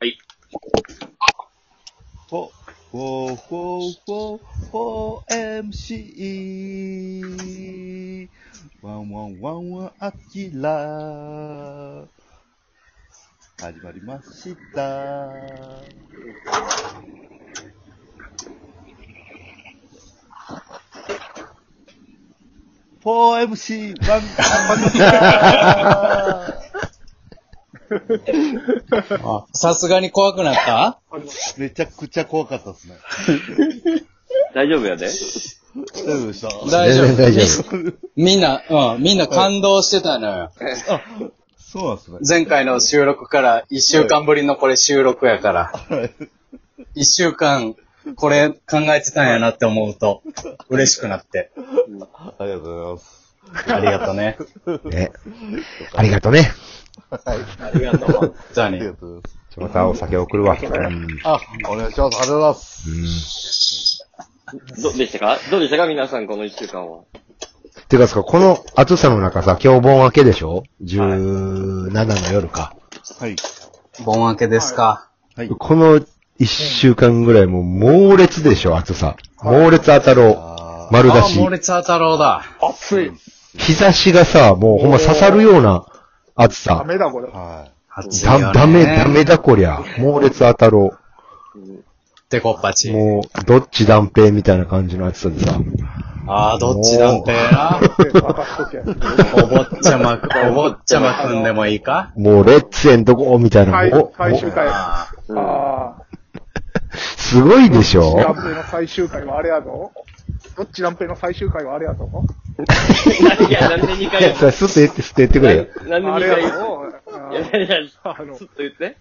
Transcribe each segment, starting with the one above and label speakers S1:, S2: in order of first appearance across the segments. S1: はい。
S2: フォー、フォー、フォー、フォー、MC。ワンワンワンワン、アキラ。始まりました。4MC ワン、アキラ。
S3: あ、さすがに怖くなった
S2: めちゃくちゃ怖かったですね。
S1: 大丈夫やで。
S2: 大丈夫でした
S3: 大丈
S4: 全然
S3: 夫。
S4: 大丈夫。
S3: みんな、うん、みんな感動してたのよ。
S2: そうなんですね。
S3: 前回の収録から、一週間ぶりのこれ収録やから、
S2: はい
S3: 一週間、これ考えてたんやなって思うと、嬉しくなって。
S2: ありがとうございます。
S3: ありがとね。
S4: ね、ありがとうね。
S3: ありがとう。じゃあ
S2: ありが
S3: ね。
S2: とうございます。
S4: ちょまたお酒送るわ。うん。
S2: あ、お願いします。ありがとうございます。
S4: うん。
S1: ど、でしたかどうでしたか皆さん、この一週間は。
S4: てかさ、この暑さの中さ、今日盆明けでしょ ?17 の夜か。
S2: はい。
S3: 盆明けですか。
S2: はい。
S4: この1週間ぐらいもう猛烈でしょ暑さ。猛烈当たろ
S2: あ
S4: う。丸出
S3: あ、
S4: し
S3: モ。リツアタロウだ。
S5: 暑い。
S4: 日差しがさ、もうほんま刺さるような暑
S5: ダ
S4: さ。
S5: メだ、これ
S2: ー。は
S3: 暑いよね
S4: だ、ダメ、ダ。メだこりゃ。猛烈当たろ
S3: てこっぱ
S4: う。
S3: ち。
S4: もう、どっち断平みたいな感じの暑さでさ。
S3: ああ、どっちなんてな。 お坊ちゃま、お坊ちゃま組んでもいいか
S4: もう、レッツエンドゴーみたいな。
S5: 最
S4: もう
S5: 最終回。あ
S3: あ
S5: あ。
S4: すごいでしょ
S5: ランペイの最終回はあれやぞ。どっちランペイの最終回はあれやぞ。
S1: いや、なんで2
S4: い
S1: 回
S4: や、それすっと言って、すっと言ってくれよ。
S1: な
S5: あ
S1: んで2回
S5: れや
S1: 言
S5: ぞ。
S1: ういやいやいや、
S5: あの
S1: ずっと言って。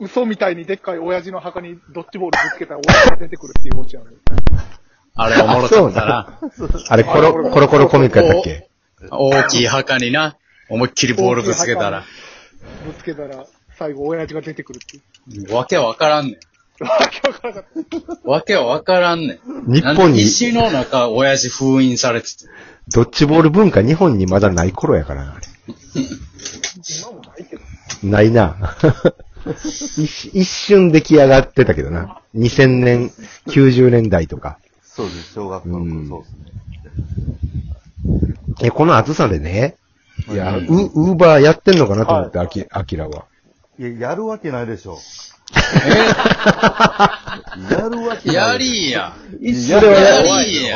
S5: う嘘みたいにでっかい親父の墓にドッジボールぶつけたら親父が出てくるっていうオチやね
S3: あ、あれおもろかったな。
S4: あれ、コロ、コロコロコミックやったっけ
S3: 大きい墓にな、思いっきりボールぶつけたら、
S5: ぶつけたら、最後親父が出てくるっていう。
S3: わけわからんね
S5: わけわからなかっ
S3: ん。わけわからんねん。
S4: 日
S3: なん
S4: 本
S3: で
S4: に、
S3: 石の中、親父封印されてて。
S4: ドッジボール文化日本にまだない頃やからな、あれ。
S5: た。今もないけど。
S4: ないな。一一瞬出来上がってたけどな。2000年、90年代とか。
S2: い。そうです。小学校の頃、そうですね。
S4: え、この暑さでね、いや、ウウーバーやってんのかなと思って、あき、あきらは。
S2: いや、やるわけないでしょ。えやるわけな
S3: や
S2: いでし
S3: りーや。
S4: それは
S3: やりー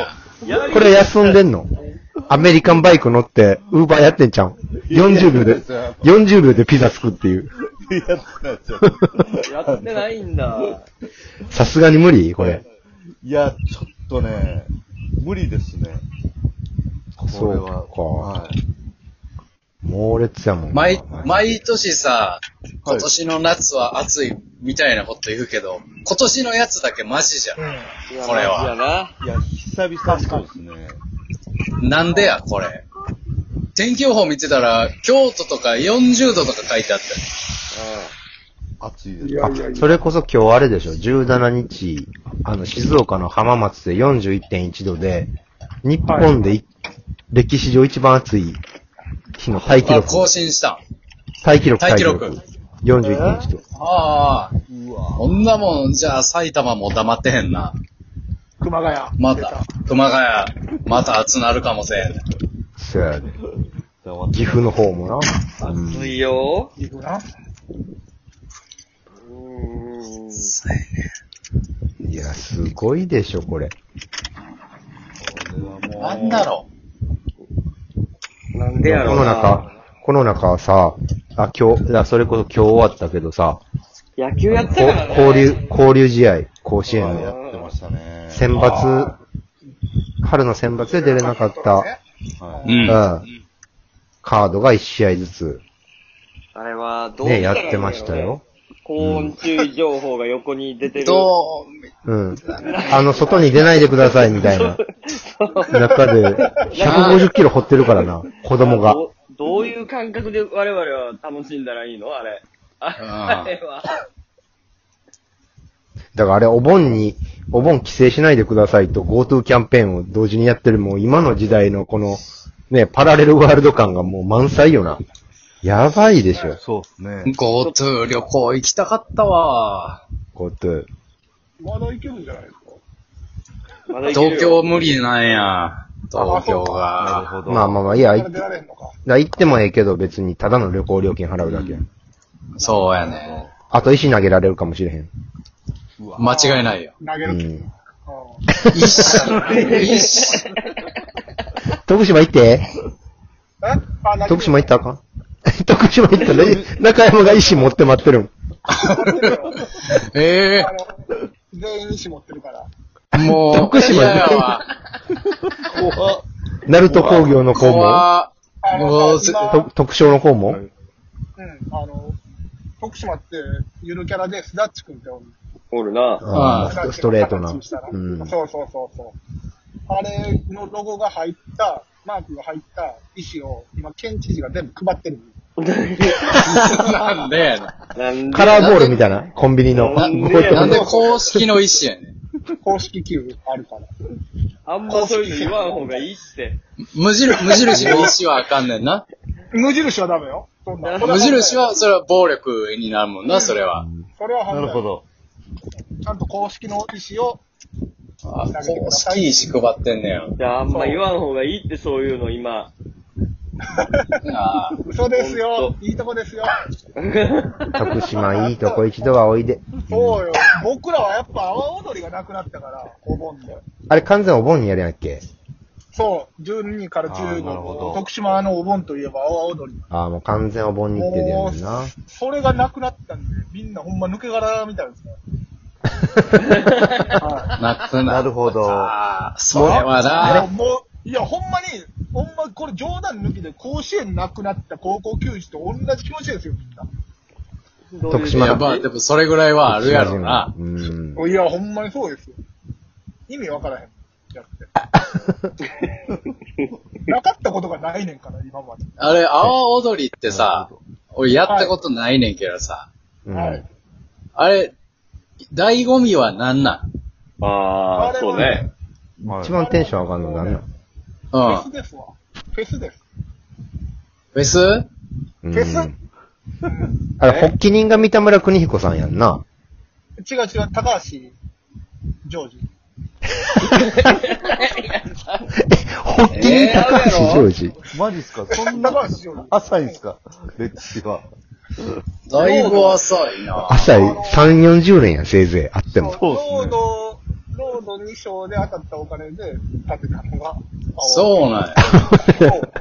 S3: や。
S4: これ休んでんのアメリカンバイク乗って、ウーバーやってんちゃうん ?40 秒で、40秒でピザ作っていう。
S2: ょ。やって ないでしょ。
S1: やってないんだ。
S4: さすがに無理これ。
S2: いや、ちょっとね、無理ですね。これは。
S4: そうか
S2: はい。
S4: 猛烈やもんな。
S3: 毎
S4: マ、ジで
S3: 毎年さ、今年の夏は暑いみたいなこと言うけど、今年のやつだけマジじゃん。これ
S1: いや、
S3: は。
S1: ない
S2: や、久々にそうですね。
S3: なんでや、これ。天気予報見てたら、京都とか40度とか書いてあったよ
S2: 暑いです
S5: い。やいやいや。
S4: それこそ今日あれでしょ、17日、あの、静岡の浜松で41.1度で、日本でい、歴史上一番暑い日のタイ記
S3: あ、
S4: 録。
S3: 更新した。
S4: タイ記録、
S3: タイ記録
S4: 41.1度。
S3: ああ。
S2: うわ
S3: こんなもん、じゃあ埼玉も黙ってへんな。
S5: 熊谷。
S3: ま
S5: 出
S3: た、熊谷、また暑なるかもせん。
S4: そうやで。
S2: 黙って
S4: 岐阜の方もな。
S1: ぁ。暑いよ。
S5: 行くな。
S1: うー
S4: いや、すごいでしょ、これ。
S2: これはもう
S3: なんだろ
S1: ん。なんで
S4: こ
S1: やろう
S4: の
S1: な。
S4: 中、この中さ、あ、今日、いやそれこそ今日終わったけどさ、
S1: 野球やって
S4: こ
S1: たからね。
S4: 交流、交流試合、甲子園
S2: は
S4: の
S2: いやってましたね。
S4: 選抜、春の選抜で出れなかった、
S2: は
S3: う。
S2: い。
S3: う。
S4: うんん、カードが1試合ずつ、
S1: あれは、どう
S4: ね、
S1: 見
S4: や
S1: ら
S4: っ
S1: いいんだろうね
S4: てましたよ。。
S1: 高温注意情報が横に出てる。
S3: ど
S4: うん。あの、外に出ないでください、みた いな。中で、150キロ掘ってるからな、子供が。
S1: どどういう感覚で我々は楽しんだらいいのあれ。あ
S3: あ
S1: れは。
S4: だからあれ、お盆に、お盆帰省しないでくださいと GoTo キャンペーンを同時にやってる、もう今の時代のこの、ね、パラレルワールド感がもう満載よな。やばいでしょ、
S2: そうですね。
S3: GoTo 旅行行きたかったわ。
S4: こうやって。
S5: まだ行けるんじゃないですか
S1: まだいけるよ
S3: 東京無理なんや。東京
S2: なるほ
S3: が。
S2: ど。
S4: まあまあまあ、いや、
S5: か
S4: 行
S5: ら
S4: っ
S5: 出られんのか。
S4: だ行ってもええけど、別にただの旅行料金払うだけ。
S3: そうやね。
S4: あと石投げられるかもしれへん。
S3: 間違いない よ。
S5: 投げ
S4: う
S5: る気。うん
S4: ん。
S3: 一緒。一緒。
S4: 徳島行って。
S5: えあ、投げ
S4: 徳島行ったらあかん 徳島行ったら、中山が石持って待ってるん。
S3: ええ
S5: あの、全員石持ってるから。
S3: もう、
S4: 徳島
S3: 嫌やわ。
S4: 鳴門工業の校門
S3: 怖
S5: あ
S3: うわ
S5: の、
S3: ー
S5: 今
S4: と特徴の校門、
S2: はい
S5: うん、あの、徳島って、ゆるキャラで、すだっちくんっておる。
S1: おる な。
S4: ああ、
S5: すだっ
S4: ス
S5: ち
S4: ト
S5: くん
S4: レ
S5: の
S4: ートな。
S5: 形したら
S4: うん。
S5: そうそうそうそう。あれのロゴが入った、マークが入った石を、今、県知事が全部配ってる。
S3: なんでやねん
S1: なんで
S4: カラーボールみたいなコンビニの。
S1: な
S3: なんで公式の意思やねん。
S5: 公式球あるから。
S1: あんまそういうの言わん方がいいって。
S3: 無印、無印の意思はあかんねんな。
S5: 無印はダメよ。そんな
S3: 無印は、それは暴力になるもんな、それは。
S5: それは
S2: な
S5: 反
S2: るほ
S5: 対。
S2: ど。
S5: ちゃんと公式の意思を、
S3: あ公式意思配ってんねや。
S1: じゃああんま言わん方がいいってそういうの 今。
S3: あ
S5: 嘘です
S1: ほ
S5: よ
S1: ん。
S5: いいとこですよ。
S4: 徳島いいとこ一度はおいで。
S5: そうよ。僕らはやっぱ阿波踊りがなくなったから、お盆で。
S4: あれ完全お盆にやるやんけ。
S5: そう、12から15
S2: あーなるほど
S5: 徳島のお盆といえば阿波踊り。
S4: ああ、もう完全お盆日程でやるんな。
S5: それがなくなったんで、みんなほんま抜け殻みたいですね。
S3: あ、
S5: は
S3: なくな
S2: な
S3: る。
S2: るほど。
S3: ああ、それはいな。
S5: もう、いや、ほんまに、ほんまこれ冗談抜きで甲子園なくなった高校球児と同じ気持ちですよ、みんな。
S4: 徳
S3: い
S4: 島
S3: や、まあ、でもそれぐらい はあるやろな。
S4: うん。
S5: いや、ほんまにそうですよ。意味わからへん。やって。 なかったことがないねんから、今まで。
S3: あれ、阿波踊りってさ、俺やったことないねんけどさ、
S4: う
S5: はい
S4: ん。
S3: あれ、醍醐味は何なん
S1: あ
S5: あ
S1: あ、
S5: れは
S1: そうね。
S2: はい
S4: 一番テンション上がるのなんなん
S3: う
S5: フ ェス
S3: ん。
S5: ですわ。フェスです。
S3: フェス
S4: う
S5: フェス
S4: ん。あれ、発起人が三田村邦彦さんや んな。
S5: 違う違う、高橋、ジョージ。
S4: 発起人高橋ジョージ。
S2: マジっすかそんな
S5: 高橋ジョージ。
S2: 浅いんすか歴史は。
S3: だいぶ浅いな。
S4: 朝3、40年や、せいぜい、あって
S5: そう
S4: も。
S2: そうっす
S5: ロー
S2: ね
S5: ド、ロード2章で当たったお金で建てたのが、
S3: そうなんや。
S5: そう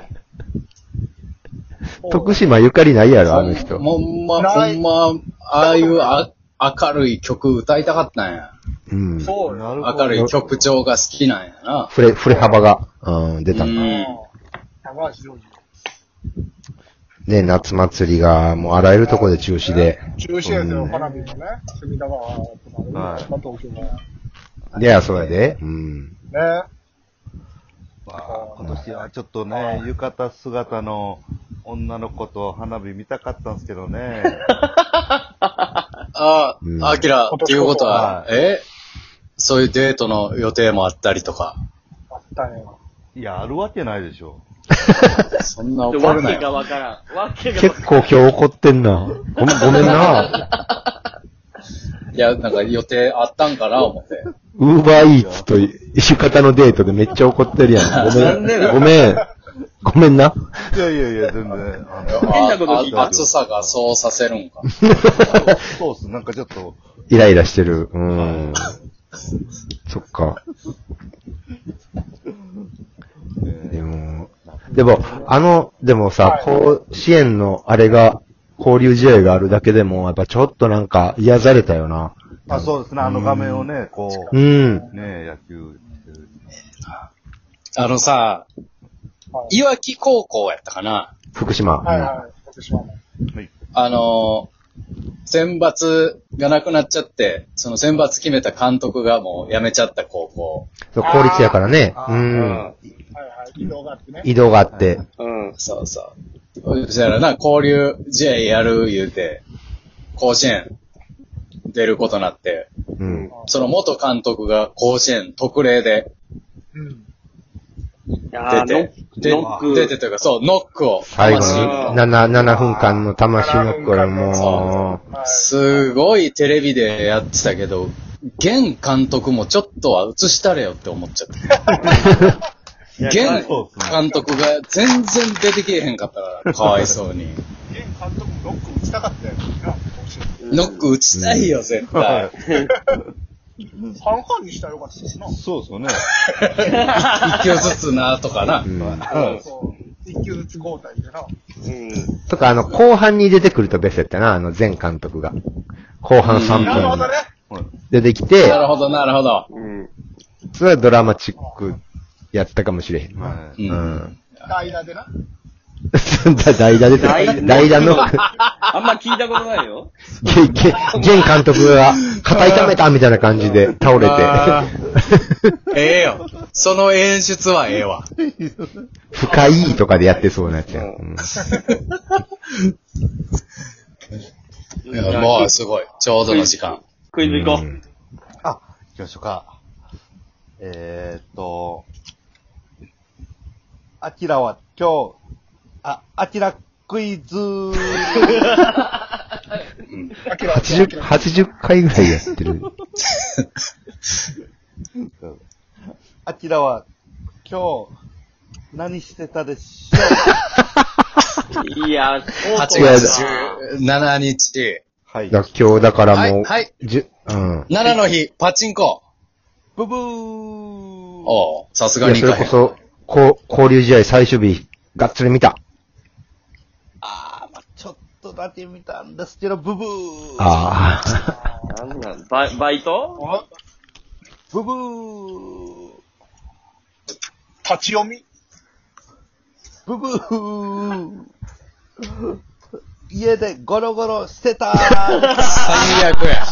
S4: 徳島ゆかりないやろ、あの人。
S3: ほんま、
S5: な
S3: ほ
S5: い
S3: んま、ああいうあ明るい曲歌いたかったんや。
S4: うん。
S5: そうよ。
S2: なるほど。
S3: 明るい曲調が好きなんやな。
S4: 触れ、触れ幅が、うん、出た。
S3: う
S4: ね、
S3: ん
S5: 高橋ジョージ。
S4: 夏祭りが、もうあらゆるとこで中止で。
S5: 中止ですよ、
S4: うん
S5: 花火もね。隅田川とかね、
S2: はい
S5: 東京も。
S4: いや、それで、うん。
S5: ね。
S2: まあ今年はちょっとね、浴衣姿の女の子と花火見たかったんですけど ね。
S3: あ
S4: うん
S3: あ、アキラ、っていうことは
S2: 今年こそは、
S3: えそういうデートの予定もあったりと か。
S5: あったね。
S2: いや、あるわけないでしょ。
S3: そんな怒
S1: わ
S3: るな
S1: けが
S3: よ。
S1: わからん。わけがわ
S4: 結構今日怒ってんな。ごめん、ごめんな。
S3: いや、なんか予定あったんかな、思って。
S4: ウーバーイーツと浴衣のデートでめっちゃ怒ってるやん。ごめん、ごめん。ごめんな。
S2: いやいやいや、全然。あの
S1: 変なこと聞いた
S3: ああ暑さがそうさせるんか。
S2: そうっす。なんかちょっと、
S4: イライラしてる。うん。そっか。でも、でも、あの、でもさ、甲子園のあれが、交流試合があるだけでも、やっぱちょっとなんか癒されたよな。
S2: あ、そうですね。あの画面をね、こ
S4: う
S2: う、
S4: ん。
S2: ね、野球してる。
S3: あのさ
S5: は、
S3: いわき高校やったかな。
S4: 福島。
S5: はいはい。徳島も。
S3: あのー、選抜がなくなっちゃって、その選抜決めた監督がもう辞めちゃった高校。
S4: そう公立やからね。う。。
S2: うん
S5: はいはい。移動があってね。
S4: 移動があって。
S1: うん。
S3: そうそう。そしたらな、交流試合やる言うて、甲子園出ることなって、
S4: うん。
S3: その元監督が甲子園特例で
S5: うん。
S1: やー
S3: 出て
S1: ノノック。
S3: 出てというか、そう、ノックを。
S4: 最後の
S3: 魂
S1: あ
S4: 7、7分間の魂のこれも
S5: は
S3: すごいテレビでやってたけど、現監督もちょっとは映したれよって思っちゃった。
S1: いや
S3: 現監督が全然出てけえへんかったから、かわいそうに。
S5: い。現監督もロック打ちたかったやろ
S3: ノ
S5: な。
S3: ック打ちたいよ、絶対。
S5: 半々にしたらよかったし な。
S2: そうですよね。
S3: 一球ずつな、とかな
S4: う。。 うん。
S2: はい
S5: そう。一球ずつ交代でな。
S1: うん。
S4: とか、あの、後半に出てくるとベストやったな、あの、前監督が。後半3
S5: なるほ
S4: 分
S5: ど
S4: に
S5: ね。
S4: 出てきて
S3: な、るほど、なるほど。
S1: うん。
S4: それはドラマチックやったかもしれへん。
S2: は
S3: う。
S4: うんん。
S5: 代打でな。
S4: だ代打ですよ
S1: 代打
S4: 代打の、
S1: あんま聞いたことないよ。
S4: げ、げ、現監督が肩痛めたみたいな感じで倒れ
S3: あ
S4: て、
S3: ええよ。その演出はええわ。
S4: 深いとかでやってそうなやつや。うん
S3: いやもうすごい。ちょうどの時間。
S1: クイズ行こう。
S2: あ、行きましょうか。えー、っと、アキラは今日、あ、アキラクイズ
S5: アキラ、
S4: 80、80回ぐらいやってる。
S2: アキラは今日、何してたでしょう
S1: いや、そう
S3: 8
S1: そう
S3: 月17日。
S2: はい。
S4: だ今日だから
S3: はい
S4: もう、
S3: はい
S4: じゅ、うん。
S3: 7の日、パチンコ。
S2: ブブー
S3: おうさす
S4: い
S3: が
S4: や、
S3: に
S4: そ
S3: 行
S4: れ
S3: かへ
S4: こ
S3: ん。
S4: そ、こう、交流試合最終日、がっつり見た。
S2: あー、まあちょっとだけ見たんですけど、ブブー
S4: ああ。
S1: なんなんバイバイト
S5: お
S2: ブブー
S5: 立ち読み
S2: ブブー家でゴロゴロしてたー
S3: 最悪や。